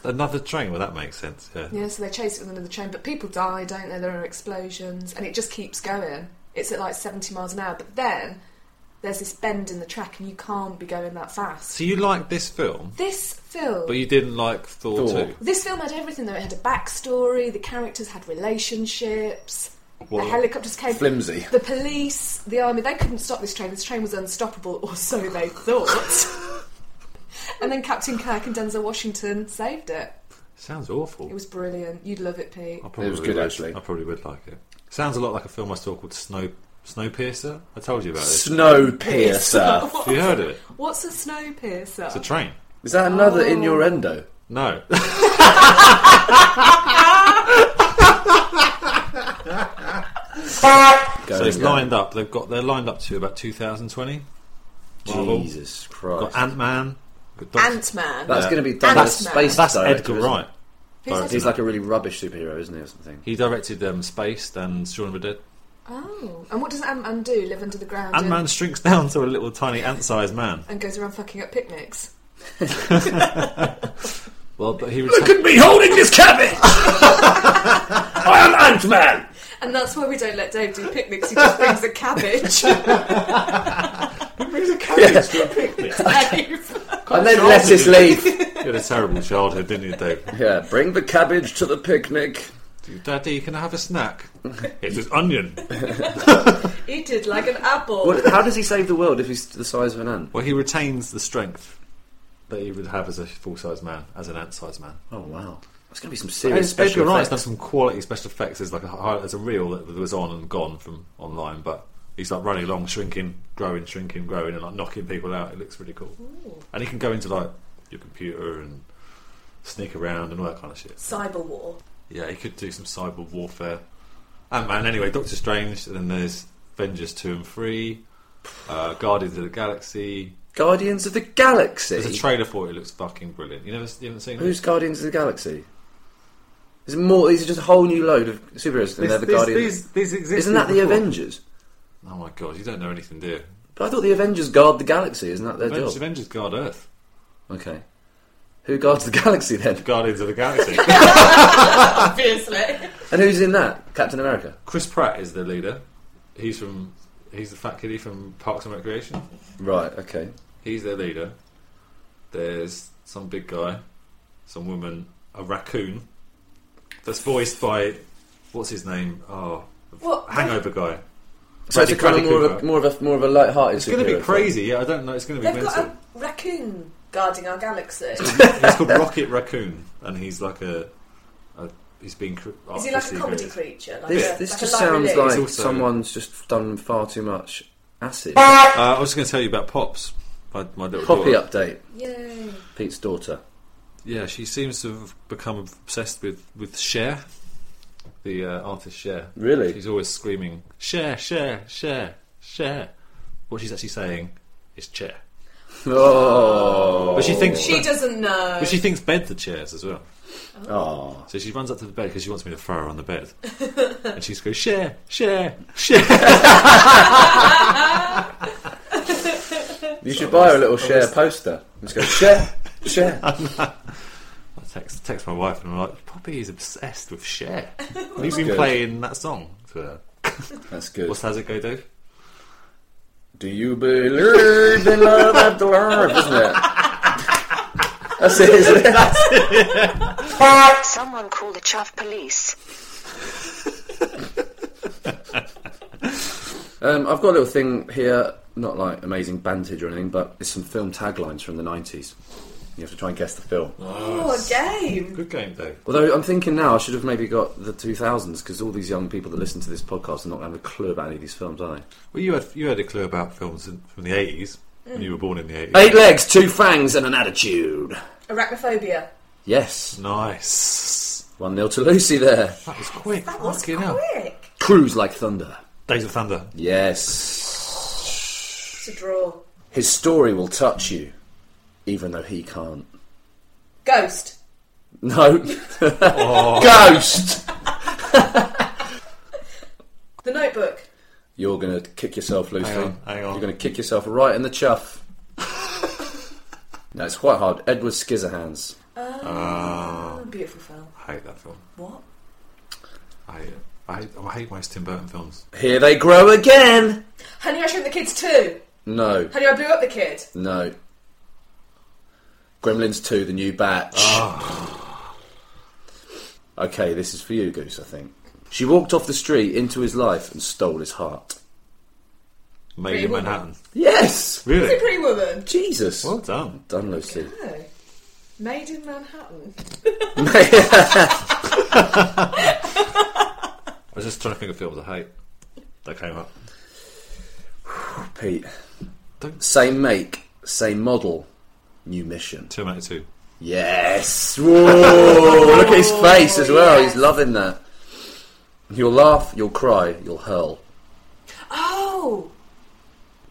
[SPEAKER 2] Another train, well, that makes sense, yeah.
[SPEAKER 5] Yeah, so they chase it with another train, but people die, don't they? There are explosions, and it just keeps going. It's at like 70 miles an hour, but then there's this bend in the track, and you can't be going that fast.
[SPEAKER 2] So you like this film,
[SPEAKER 5] This film.
[SPEAKER 2] but you didn't like Thor,
[SPEAKER 1] Thor.
[SPEAKER 2] 2.
[SPEAKER 5] this film had everything though. It had a backstory, the characters had relationships,
[SPEAKER 2] Well,
[SPEAKER 5] the helicopters came.
[SPEAKER 1] Flimsy.
[SPEAKER 5] The police, the army, they couldn't stop this train. This train was unstoppable, or so they thought. and then Captain Kirk and Denzel Washington saved it.
[SPEAKER 2] Sounds awful.
[SPEAKER 5] It was brilliant. You'd love it, Pete.
[SPEAKER 2] I probably
[SPEAKER 1] It was
[SPEAKER 2] would
[SPEAKER 1] good,
[SPEAKER 2] like-
[SPEAKER 1] actually.
[SPEAKER 2] I probably would like it. Sounds a lot like a film I saw called Snow Snowpiercer. I told you about this.
[SPEAKER 1] Snowpiercer.
[SPEAKER 2] Have you heard of it?
[SPEAKER 5] What's a snow piercer?
[SPEAKER 2] It's a train.
[SPEAKER 1] Is that another innuendo?
[SPEAKER 2] No.
[SPEAKER 1] Going
[SPEAKER 2] so it's
[SPEAKER 1] down.
[SPEAKER 2] lined up. They've got they're lined up to about 2020. Marvel.
[SPEAKER 1] Jesus Christ.
[SPEAKER 2] Got Ant Man.
[SPEAKER 5] Ant Man.
[SPEAKER 1] That's
[SPEAKER 2] Yeah.
[SPEAKER 1] going to be done
[SPEAKER 5] That's-
[SPEAKER 1] as space
[SPEAKER 2] That's
[SPEAKER 1] director,
[SPEAKER 2] Edgar
[SPEAKER 1] isn't it?
[SPEAKER 2] Wright.
[SPEAKER 5] Who's
[SPEAKER 2] Sorry.
[SPEAKER 5] that?
[SPEAKER 1] He's like a really rubbish superhero, isn't he, or something?
[SPEAKER 2] He directed um, Spaced and Shaun of the Dead.
[SPEAKER 5] Oh, and what does Ant Man do? Live under the ground
[SPEAKER 2] Ant
[SPEAKER 5] and,
[SPEAKER 2] Man shrinks down to a little tiny ant-sized man.
[SPEAKER 5] and goes around fucking up picnics.
[SPEAKER 2] Well, but he
[SPEAKER 1] Look
[SPEAKER 2] reti-
[SPEAKER 1] at me holding this cabbage! I am Ant Man!
[SPEAKER 5] And that's why we don't let Dave do picnics. He just brings a cabbage. Dave.
[SPEAKER 1] And then lettuce leaf.
[SPEAKER 2] you had a terrible childhood, didn't you, Dave?
[SPEAKER 1] yeah, bring the cabbage to the picnic.
[SPEAKER 2] Daddy, can I have a snack? It's just onion.
[SPEAKER 5] Eat it like an apple.
[SPEAKER 1] What, how does he save the world if he's the size of an ant?
[SPEAKER 2] Well, he retains the strength that he would have as a full-sized man, as an ant-sized man.
[SPEAKER 1] Oh, wow. That's going to be some serious
[SPEAKER 2] It's Edgar
[SPEAKER 1] special
[SPEAKER 2] Wright's
[SPEAKER 1] effects.
[SPEAKER 2] done some quality special effects. There's like a hi- there's a reel that was on and gone from online, but he's like running along, shrinking, growing, shrinking, growing, and like knocking people out. It looks really cool. And he can go into like your computer and sneak around and all that kind of shit.
[SPEAKER 3] Cyber war.
[SPEAKER 2] Yeah, he could do some cyber warfare. And man, anyway, Doctor Strange, and then there's Avengers 2 and 3, uh, Guardians of the Galaxy.
[SPEAKER 1] Guardians of the Galaxy.
[SPEAKER 2] There's a trailer for it, it looks fucking brilliant. You never you haven't seen
[SPEAKER 1] Who's
[SPEAKER 2] it?
[SPEAKER 1] Guardians of the Galaxy? There's more. These are just a whole new load of superheroes, and they're the Guardians.
[SPEAKER 2] exist.
[SPEAKER 1] Isn't that the Avengers?
[SPEAKER 2] Oh my god, you don't know anything, do you?
[SPEAKER 1] But I thought the Avengers guard the galaxy. Isn't that their
[SPEAKER 2] Avengers,
[SPEAKER 1] job?
[SPEAKER 2] Avengers guard Earth.
[SPEAKER 1] Okay. Who guards the galaxy then?
[SPEAKER 2] Guardians of the Galaxy.
[SPEAKER 3] Obviously.
[SPEAKER 1] And who's in that? Captain America.
[SPEAKER 2] Chris Pratt is the leader. He's from. He's the fat kiddie from Parks and Recreation.
[SPEAKER 1] Right. Okay.
[SPEAKER 2] He's their leader. There's some big guy, some woman, a raccoon. That's voiced by what's his name? Oh,
[SPEAKER 3] What?
[SPEAKER 2] Hangover guy.
[SPEAKER 1] So it's a kind of
[SPEAKER 2] Bradley
[SPEAKER 1] more of a,
[SPEAKER 2] Cooper.
[SPEAKER 1] more of a more of a light-hearted.
[SPEAKER 2] It's going to be crazy. Yeah, I don't know. It's going to be
[SPEAKER 3] They've got
[SPEAKER 2] mental.
[SPEAKER 3] a raccoon guarding our galaxy.
[SPEAKER 2] He's called Rocket Raccoon, and he's like a. a he's been. Cr-
[SPEAKER 3] Is he like a
[SPEAKER 2] artistically
[SPEAKER 3] comedy
[SPEAKER 2] created.
[SPEAKER 3] creature? Like
[SPEAKER 1] This,
[SPEAKER 3] a,
[SPEAKER 1] this
[SPEAKER 3] like
[SPEAKER 1] just
[SPEAKER 3] a light
[SPEAKER 1] sounds
[SPEAKER 3] release?
[SPEAKER 1] like
[SPEAKER 2] also-
[SPEAKER 1] someone's just done far too much acid.
[SPEAKER 2] Uh, I was going to tell you about Pops. My, my little
[SPEAKER 1] Poppy
[SPEAKER 2] daughter.
[SPEAKER 1] update.
[SPEAKER 3] Yay.
[SPEAKER 1] Pete's daughter.
[SPEAKER 2] Yeah, she seems to have become obsessed with with Cher, the uh, artist Cher.
[SPEAKER 1] Really?
[SPEAKER 2] she's always screaming Cher, Cher, Cher, Cher. What she's actually saying is Cher,
[SPEAKER 1] Oh.
[SPEAKER 2] but she thinks
[SPEAKER 3] She doesn't know.
[SPEAKER 2] but she thinks beds are chairs as well.
[SPEAKER 1] Oh.
[SPEAKER 2] So she runs up to the bed because she wants me to throw her on the bed, and she goes Cher, Cher, Cher.
[SPEAKER 1] You should buy her a little share poster. Let's go share, share.
[SPEAKER 2] I text text my wife and I'm like, Poppy is obsessed with Cher. We've
[SPEAKER 1] That's
[SPEAKER 2] been
[SPEAKER 1] good.
[SPEAKER 2] playing that song to her.
[SPEAKER 1] That's good.
[SPEAKER 2] What's how's it go, Dave?
[SPEAKER 1] Do you believe in love after love? Isn't it? That's it, isn't it?
[SPEAKER 6] Someone call the Chuff police.
[SPEAKER 1] Um, I've got a little thing here, not like amazing bantage or anything, but it's some film taglines from the 90s. You have to try and guess the film.
[SPEAKER 3] Oh, a game.
[SPEAKER 2] Good game, Dave.
[SPEAKER 1] Although I'm thinking now I should have maybe got the 2000s because all these young people that listen to this podcast are not going to have a clue about any of these films, are
[SPEAKER 2] Well, you had you had a clue about films in, from the eighties when you were born in the eighties.
[SPEAKER 1] they? Eight legs, two fangs, and an attitude.
[SPEAKER 3] Arachnophobia.
[SPEAKER 1] Yes.
[SPEAKER 2] Nice.
[SPEAKER 1] 1 0 to Lucy there.
[SPEAKER 2] That was quick.
[SPEAKER 3] That was
[SPEAKER 2] Fucking
[SPEAKER 3] quick.
[SPEAKER 2] hell.
[SPEAKER 1] Cruise like thunder.
[SPEAKER 2] Days of Thunder.
[SPEAKER 1] Yes.
[SPEAKER 3] It's a draw.
[SPEAKER 1] His story will touch you, even though he can't.
[SPEAKER 3] Ghost.
[SPEAKER 1] No.
[SPEAKER 2] Oh.
[SPEAKER 1] Ghost!
[SPEAKER 3] The Notebook.
[SPEAKER 1] You're going to kick yourself, Lucy.
[SPEAKER 2] Hang on, hang on.
[SPEAKER 1] You're going to kick yourself right in the chuff. no, it's quite hard. Edward Scissorhands.
[SPEAKER 3] Oh, beautiful film.
[SPEAKER 2] I hate that film.
[SPEAKER 3] What?
[SPEAKER 2] I hate it. I hate, I hate most Tim Burton films.
[SPEAKER 1] Here they grow again!
[SPEAKER 3] Honey, I Shrunk the Kids too.
[SPEAKER 1] No,
[SPEAKER 3] Honey, I Blew Up the Kid.
[SPEAKER 1] no. Gremlins 2, the new batch.
[SPEAKER 2] Ah.
[SPEAKER 1] Okay, this is for you, Goose, I think. She walked off the street into his life and stole his heart.
[SPEAKER 2] Made
[SPEAKER 3] Pretty
[SPEAKER 2] in
[SPEAKER 3] Woman.
[SPEAKER 2] Manhattan.
[SPEAKER 1] Yes!
[SPEAKER 3] It's a
[SPEAKER 2] Really?
[SPEAKER 3] Pretty Woman.
[SPEAKER 1] Jesus!
[SPEAKER 2] Well done.
[SPEAKER 1] Done, Lucy.
[SPEAKER 3] Oh. Made in Manhattan.
[SPEAKER 2] I was just trying to think of films I hate that came up.
[SPEAKER 1] Pete.
[SPEAKER 2] Don't-
[SPEAKER 1] Same make, same model, new mission.
[SPEAKER 2] Terminator Two.
[SPEAKER 1] Yes. Whoa, look at his face as well.
[SPEAKER 3] yes.
[SPEAKER 1] He's loving that. You'll laugh, you'll cry, you'll hurl.
[SPEAKER 3] Oh.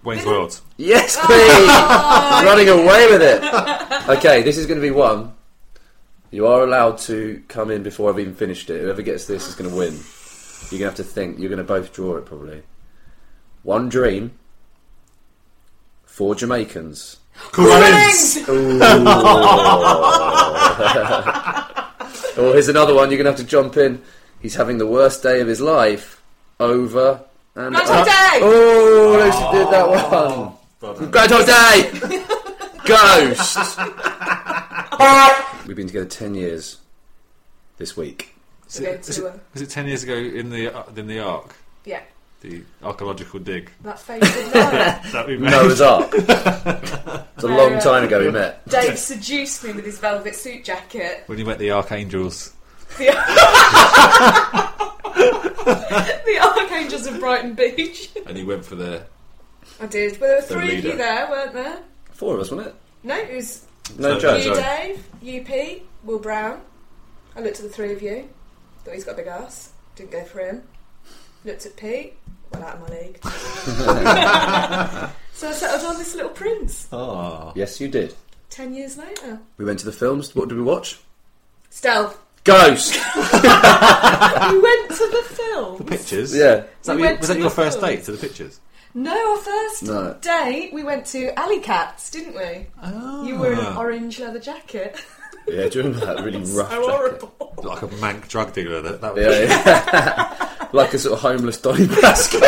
[SPEAKER 2] Wayne's World.
[SPEAKER 1] Yes, Pete. Running away with it. Okay, this is going to be one. You are allowed to come in before I've even finished it. Whoever gets this is going to win. You're going to have to think. You're going to both draw it probably. One dream. Four Jamaicans.
[SPEAKER 3] Rings!
[SPEAKER 1] Oh, here's another one. You're going to have to jump in. He's having the worst day of his life. Over and
[SPEAKER 3] Groundhog Day!
[SPEAKER 1] Oh, Lucy did that one. Groundhog Day. Ghost. We've been together ten years. This week.
[SPEAKER 2] Is
[SPEAKER 3] Go
[SPEAKER 2] it, is,
[SPEAKER 3] to,
[SPEAKER 2] it,
[SPEAKER 3] uh,
[SPEAKER 2] is it ten years ago in the uh, in the Ark,
[SPEAKER 3] Yeah.
[SPEAKER 2] the archaeological dig?
[SPEAKER 3] That favourite line.
[SPEAKER 2] That we made.
[SPEAKER 1] Noah's Ark. It's a long time ago we met.
[SPEAKER 3] Dave seduced me with his velvet suit jacket.
[SPEAKER 2] When you met the Archangels.
[SPEAKER 3] The, the Rangers of Brighton Beach.
[SPEAKER 2] and he went for the.
[SPEAKER 3] I did. Well, there were
[SPEAKER 2] The
[SPEAKER 3] three of you
[SPEAKER 2] leader.
[SPEAKER 3] there, weren't there?
[SPEAKER 1] Four of us, wasn't it?
[SPEAKER 3] No, it was
[SPEAKER 1] No,
[SPEAKER 2] No,
[SPEAKER 1] Joe.
[SPEAKER 2] Joe.
[SPEAKER 3] you,
[SPEAKER 1] sorry.
[SPEAKER 3] Dave, you, Pete, Will Brown. I looked at the three of you. Thought he's got a big ass. Didn't go for him. Looked at Pete. Well, out of my league. so I settled on this little prince.
[SPEAKER 2] Ah,
[SPEAKER 1] Yes, you did.
[SPEAKER 3] Ten years later.
[SPEAKER 1] We went to the films. What did we watch?
[SPEAKER 3] Stealth.
[SPEAKER 1] Ghost.
[SPEAKER 3] We went to the film.
[SPEAKER 2] pictures.
[SPEAKER 1] yeah.
[SPEAKER 2] Is that
[SPEAKER 3] We
[SPEAKER 2] your-
[SPEAKER 3] went
[SPEAKER 2] was
[SPEAKER 3] to
[SPEAKER 2] that your
[SPEAKER 3] the
[SPEAKER 2] first
[SPEAKER 3] film.
[SPEAKER 2] date to the pictures?
[SPEAKER 5] No, our first
[SPEAKER 1] No.
[SPEAKER 5] date we went to Alley Cats, didn't we? You were in
[SPEAKER 2] Ah.
[SPEAKER 5] an orange leather jacket.
[SPEAKER 1] Yeah, do you remember that really rough?
[SPEAKER 3] How
[SPEAKER 1] jacket?
[SPEAKER 3] horrible.
[SPEAKER 2] like a mank drug dealer. That, that was
[SPEAKER 1] Yeah, yeah. like a sort of homeless Donny Brasco.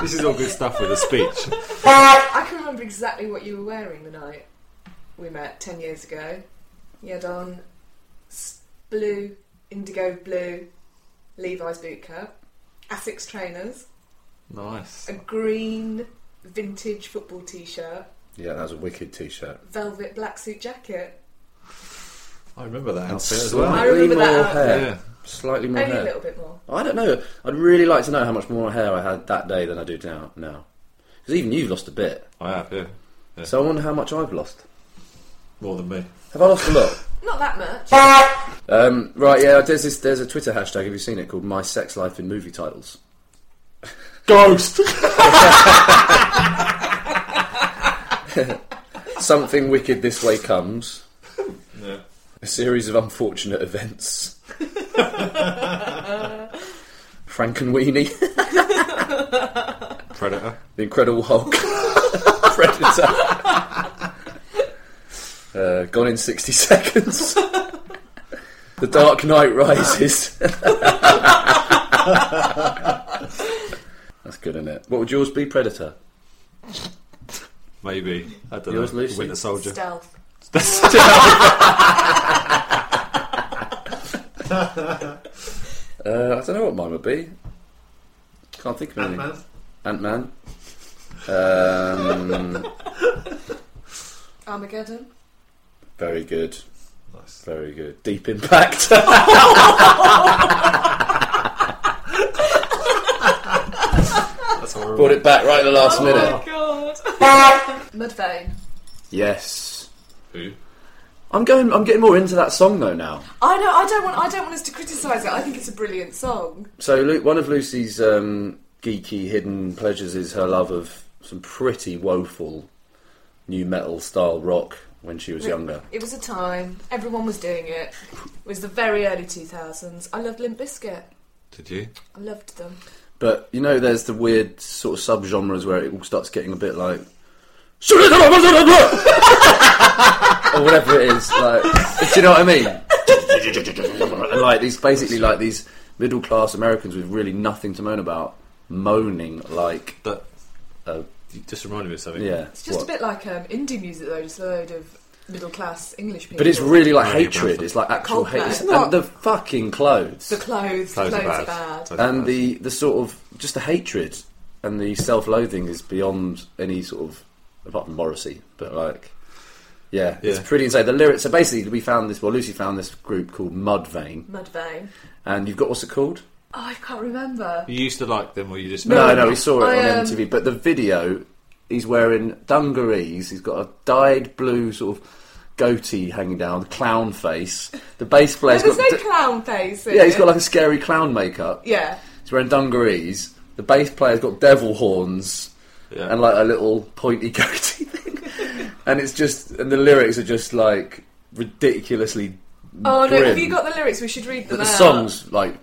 [SPEAKER 2] This is all good stuff with a speech.
[SPEAKER 5] I
[SPEAKER 3] I can remember exactly what you were wearing the night we met ten years ago. You had on s- blue, indigo blue Levi's boot cut, Asics trainers,
[SPEAKER 2] Nice.
[SPEAKER 3] a green vintage football t-shirt,
[SPEAKER 1] yeah, that was a wicked T-shirt.
[SPEAKER 3] velvet black suit jacket,
[SPEAKER 2] I remember that outfit as
[SPEAKER 1] Slightly
[SPEAKER 2] well.
[SPEAKER 3] I remember
[SPEAKER 1] more
[SPEAKER 3] that outfit.
[SPEAKER 1] hair.
[SPEAKER 2] Yeah.
[SPEAKER 1] Slightly more
[SPEAKER 3] only
[SPEAKER 1] hair.
[SPEAKER 3] a little bit more.
[SPEAKER 1] I don't know. I'd really like to know how much more hair I had that day than I do now. Now, because even you've lost a bit.
[SPEAKER 2] I have. Yeah,
[SPEAKER 1] So I wonder how much I've lost.
[SPEAKER 2] more than me.
[SPEAKER 1] Have I lost a lot?
[SPEAKER 3] Not that much.
[SPEAKER 1] Um, right, yeah. There's this. There's a Twitter hashtag. Have you seen it? Called "My Sex Life in Movie Titles."
[SPEAKER 2] Ghost.
[SPEAKER 1] Something wicked this way comes.
[SPEAKER 2] yeah.
[SPEAKER 1] A series of unfortunate events. Frankenweenie,
[SPEAKER 2] Predator.
[SPEAKER 1] The Incredible Hulk, Predator, uh, Gone in sixty seconds. the Dark Knight Rises. That's good, isn't it? What would yours be, Predator?
[SPEAKER 2] Maybe. I don't
[SPEAKER 1] Yours,
[SPEAKER 2] know.
[SPEAKER 1] Lucy?
[SPEAKER 2] Winter Soldier.
[SPEAKER 5] Stealth.
[SPEAKER 1] Uh, I don't know what mine would be. Can't think of anything. Ant Man. Um,
[SPEAKER 5] Armageddon.
[SPEAKER 1] very good.
[SPEAKER 2] Nice.
[SPEAKER 1] Very good. Deep Impact.
[SPEAKER 2] That's horrible.
[SPEAKER 1] Brought it back right at the
[SPEAKER 5] Oh.
[SPEAKER 1] last minute.
[SPEAKER 3] Oh
[SPEAKER 5] Mudvayne.
[SPEAKER 1] Yes.
[SPEAKER 2] Who?
[SPEAKER 1] I'm going. I'm getting more into that song though now.
[SPEAKER 5] I know. I don't want. I don't want us to criticise it. I think it's a brilliant song.
[SPEAKER 1] So Lu- one of Lucy's um, geeky hidden pleasures is her love of some pretty woeful new metal style rock when she was younger.
[SPEAKER 5] It was a time everyone was doing it. It was the very early two thousands. I loved Limp Bizkit.
[SPEAKER 2] Did you?
[SPEAKER 5] I loved them.
[SPEAKER 1] But you know, there's the weird sort of subgenres where it all starts getting a bit like. or whatever it is, like, do you know what I mean? And like these, basically, like these middle-class Americans with really nothing to moan about, moaning like,
[SPEAKER 2] That.
[SPEAKER 1] Oh.
[SPEAKER 2] you just reminded me of something.
[SPEAKER 1] yeah.
[SPEAKER 5] It's just
[SPEAKER 1] what?
[SPEAKER 5] a bit like um, indie music though, just a load of middle class English people.
[SPEAKER 1] But it's really like
[SPEAKER 2] Really
[SPEAKER 1] hatred.
[SPEAKER 2] bad.
[SPEAKER 1] It's like actual
[SPEAKER 5] Coldplay.
[SPEAKER 1] hate. It's-
[SPEAKER 5] It's not-
[SPEAKER 1] And the fucking clothes,
[SPEAKER 5] the clothes.
[SPEAKER 2] Clothes,
[SPEAKER 5] the
[SPEAKER 2] are bad. Clothes are
[SPEAKER 1] and
[SPEAKER 2] bad.
[SPEAKER 1] the the sort of just the hatred and the self-loathing is beyond any sort of apart from Morrissey. But like, yeah, it's
[SPEAKER 2] Yeah.
[SPEAKER 1] pretty insane. The lyrics. So basically, we found this. Well, Lucy found this group called Mudvayne,
[SPEAKER 5] Mudvayne.
[SPEAKER 1] and you've got what's it called?
[SPEAKER 5] Oh, I can't remember.
[SPEAKER 2] You used to like them, or you just
[SPEAKER 1] No, no, we saw it
[SPEAKER 5] I,
[SPEAKER 1] on
[SPEAKER 5] um,
[SPEAKER 1] MTV. But the video, he's wearing dungarees. He's got a dyed blue sort of goatee hanging down, clown face. The bass player's
[SPEAKER 5] There's
[SPEAKER 1] got.
[SPEAKER 5] no clown face. in
[SPEAKER 1] yeah, he's got
[SPEAKER 5] it.
[SPEAKER 1] like a scary clown makeup.
[SPEAKER 5] yeah.
[SPEAKER 1] He's wearing dungarees. The bass player's got devil horns
[SPEAKER 2] Yeah.
[SPEAKER 1] and like a little pointy goatee thing. and it's just, and the lyrics are just like ridiculously.
[SPEAKER 5] Oh no!
[SPEAKER 1] grim.
[SPEAKER 5] Have you got the lyrics? We should read
[SPEAKER 1] But
[SPEAKER 5] them.
[SPEAKER 1] the
[SPEAKER 5] out.
[SPEAKER 1] songs like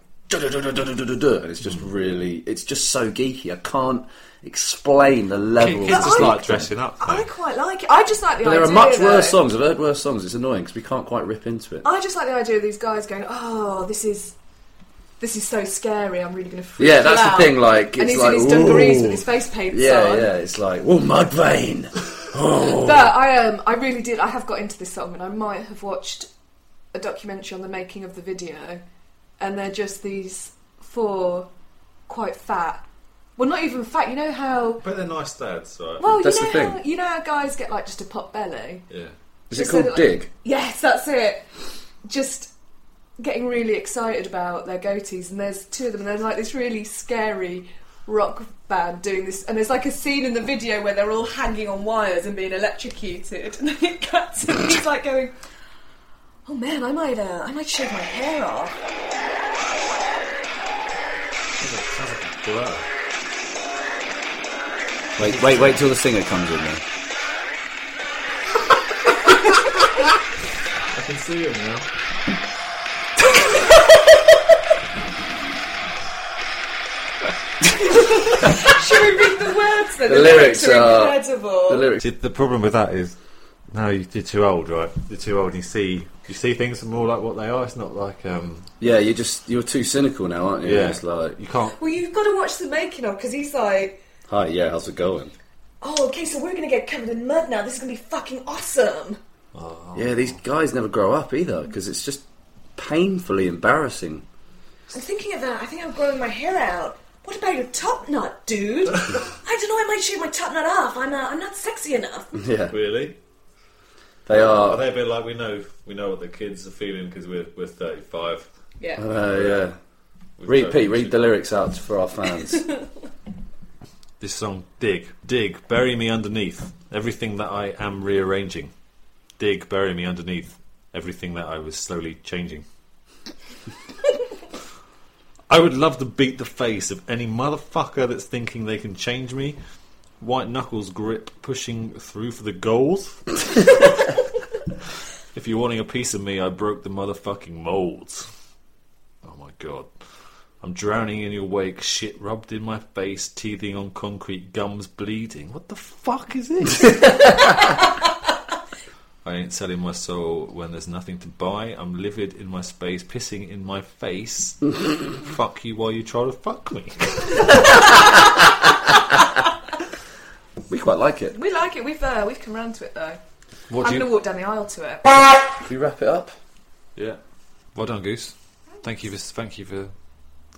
[SPEAKER 1] du-du-du-du-du-du-du-du, and it's just really, it's just so geeky. I can't explain the level.
[SPEAKER 2] Kids just
[SPEAKER 5] I-
[SPEAKER 2] like dressing up.
[SPEAKER 5] I
[SPEAKER 2] mate.
[SPEAKER 5] quite like it. I just like the
[SPEAKER 1] But there
[SPEAKER 5] idea.
[SPEAKER 1] are much
[SPEAKER 5] though.
[SPEAKER 1] worse songs. I've heard worse songs. It's annoying because we can't quite rip into it.
[SPEAKER 5] I just like the idea of these guys going, "Oh, this is this is so scary. I'm really going to freak
[SPEAKER 1] Yeah,
[SPEAKER 5] you
[SPEAKER 1] that's the
[SPEAKER 5] out."
[SPEAKER 1] thing, like,
[SPEAKER 5] and
[SPEAKER 1] it's
[SPEAKER 5] he's
[SPEAKER 1] like,
[SPEAKER 5] in his dungarees
[SPEAKER 1] "Ooh."
[SPEAKER 5] with his face paints
[SPEAKER 1] yeah,
[SPEAKER 5] on.
[SPEAKER 1] yeah. It's like, oh, Mudvayne.
[SPEAKER 5] But I um, I really did. I have got into this song, and I might have watched a documentary on the making of the video. And they're just these four quite fat. Well, not even fat. You know how.
[SPEAKER 2] But they're nice dads, right?
[SPEAKER 5] Well,
[SPEAKER 1] That's
[SPEAKER 5] you
[SPEAKER 1] the
[SPEAKER 5] know
[SPEAKER 1] thing.
[SPEAKER 5] how you know how guys get like just a pot belly.
[SPEAKER 2] yeah.
[SPEAKER 1] Is it
[SPEAKER 5] Just so
[SPEAKER 1] called
[SPEAKER 5] that, like-
[SPEAKER 1] Dig?
[SPEAKER 5] Yes, that's it. Just getting really excited about their goatees, and there's two of them, and there's like this really scary rock band doing this, and there's like a scene in the video where they're all hanging on wires and being electrocuted, and then it cuts, and he's like going, "Oh man, I might, uh, I might shave my hair off."
[SPEAKER 2] Sounds like a blur.
[SPEAKER 1] Wait, wait, wait till the singer comes in there.
[SPEAKER 2] I can see him now.
[SPEAKER 5] Should we read the words then?
[SPEAKER 1] The lyrics are-
[SPEAKER 5] incredible.
[SPEAKER 1] The lyrics.
[SPEAKER 2] See, the problem with that is now you- you're too old, right? You're too old, and you see you see things more like what they are. It's not like um,
[SPEAKER 1] Yeah, you're just you're too cynical now, aren't you? It's like,
[SPEAKER 2] you can't.
[SPEAKER 5] well, you've got to watch the making of because he's like,
[SPEAKER 1] hi, yeah, how's it going?
[SPEAKER 5] "Oh, okay, so we're gonna get covered in mud now. This is gonna be fucking awesome."
[SPEAKER 1] Yeah, these guys never grow up either because it's just painfully embarrassing.
[SPEAKER 5] I'm thinking of that. I think I'm growing my hair out. What about your top knot, dude? I don't know. I might shave my top knot off. I'm uh, I'm not sexy enough.
[SPEAKER 1] Yeah,
[SPEAKER 2] Really?
[SPEAKER 1] they
[SPEAKER 2] Are
[SPEAKER 1] are.
[SPEAKER 2] they a bit like we know we know what the kids are feeling because we're we're 35.
[SPEAKER 1] I
[SPEAKER 5] Yeah.
[SPEAKER 1] know, yeah. Read, Pete, read the lyrics out for our fans.
[SPEAKER 2] This song, dig, dig, bury me underneath everything that I am rearranging. Dig, bury me underneath everything that I was slowly changing. I would love to beat the face of any motherfucker that's thinking they can change me. White knuckles grip, pushing through for the goals. if you're wanting a piece of me, I broke the motherfucking molds. Oh my god. I'm drowning in your wake, shit rubbed in my face, teething on concrete, gums bleeding. What the fuck is this? I ain't selling my soul when there's nothing to buy. I'm livid in my space, pissing in my face. fuck you while you try to fuck me.
[SPEAKER 1] we quite like it.
[SPEAKER 3] We like it. We've uh, we've come round to it though.
[SPEAKER 2] What
[SPEAKER 3] I'm
[SPEAKER 2] do you?
[SPEAKER 3] going to walk down the aisle to it.
[SPEAKER 1] Can we wrap it up?
[SPEAKER 2] yeah. Well done, Goose. Thank you for thank you for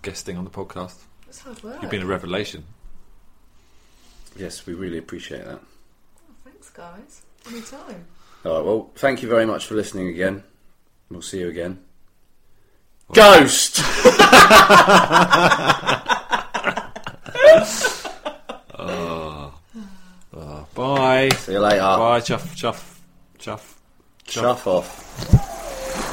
[SPEAKER 2] guesting on the podcast.
[SPEAKER 3] That's hard work.
[SPEAKER 2] You've been a revelation.
[SPEAKER 1] Yes, we really appreciate that.
[SPEAKER 3] Thanks, guys. Anytime.
[SPEAKER 1] All right, well, thank you very much for listening again. We'll see you again. Ghost!
[SPEAKER 2] Bye.
[SPEAKER 1] See you later.
[SPEAKER 2] Bye. Chuff. Chuff. Chuff.
[SPEAKER 1] Chuff off.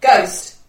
[SPEAKER 3] Ghost.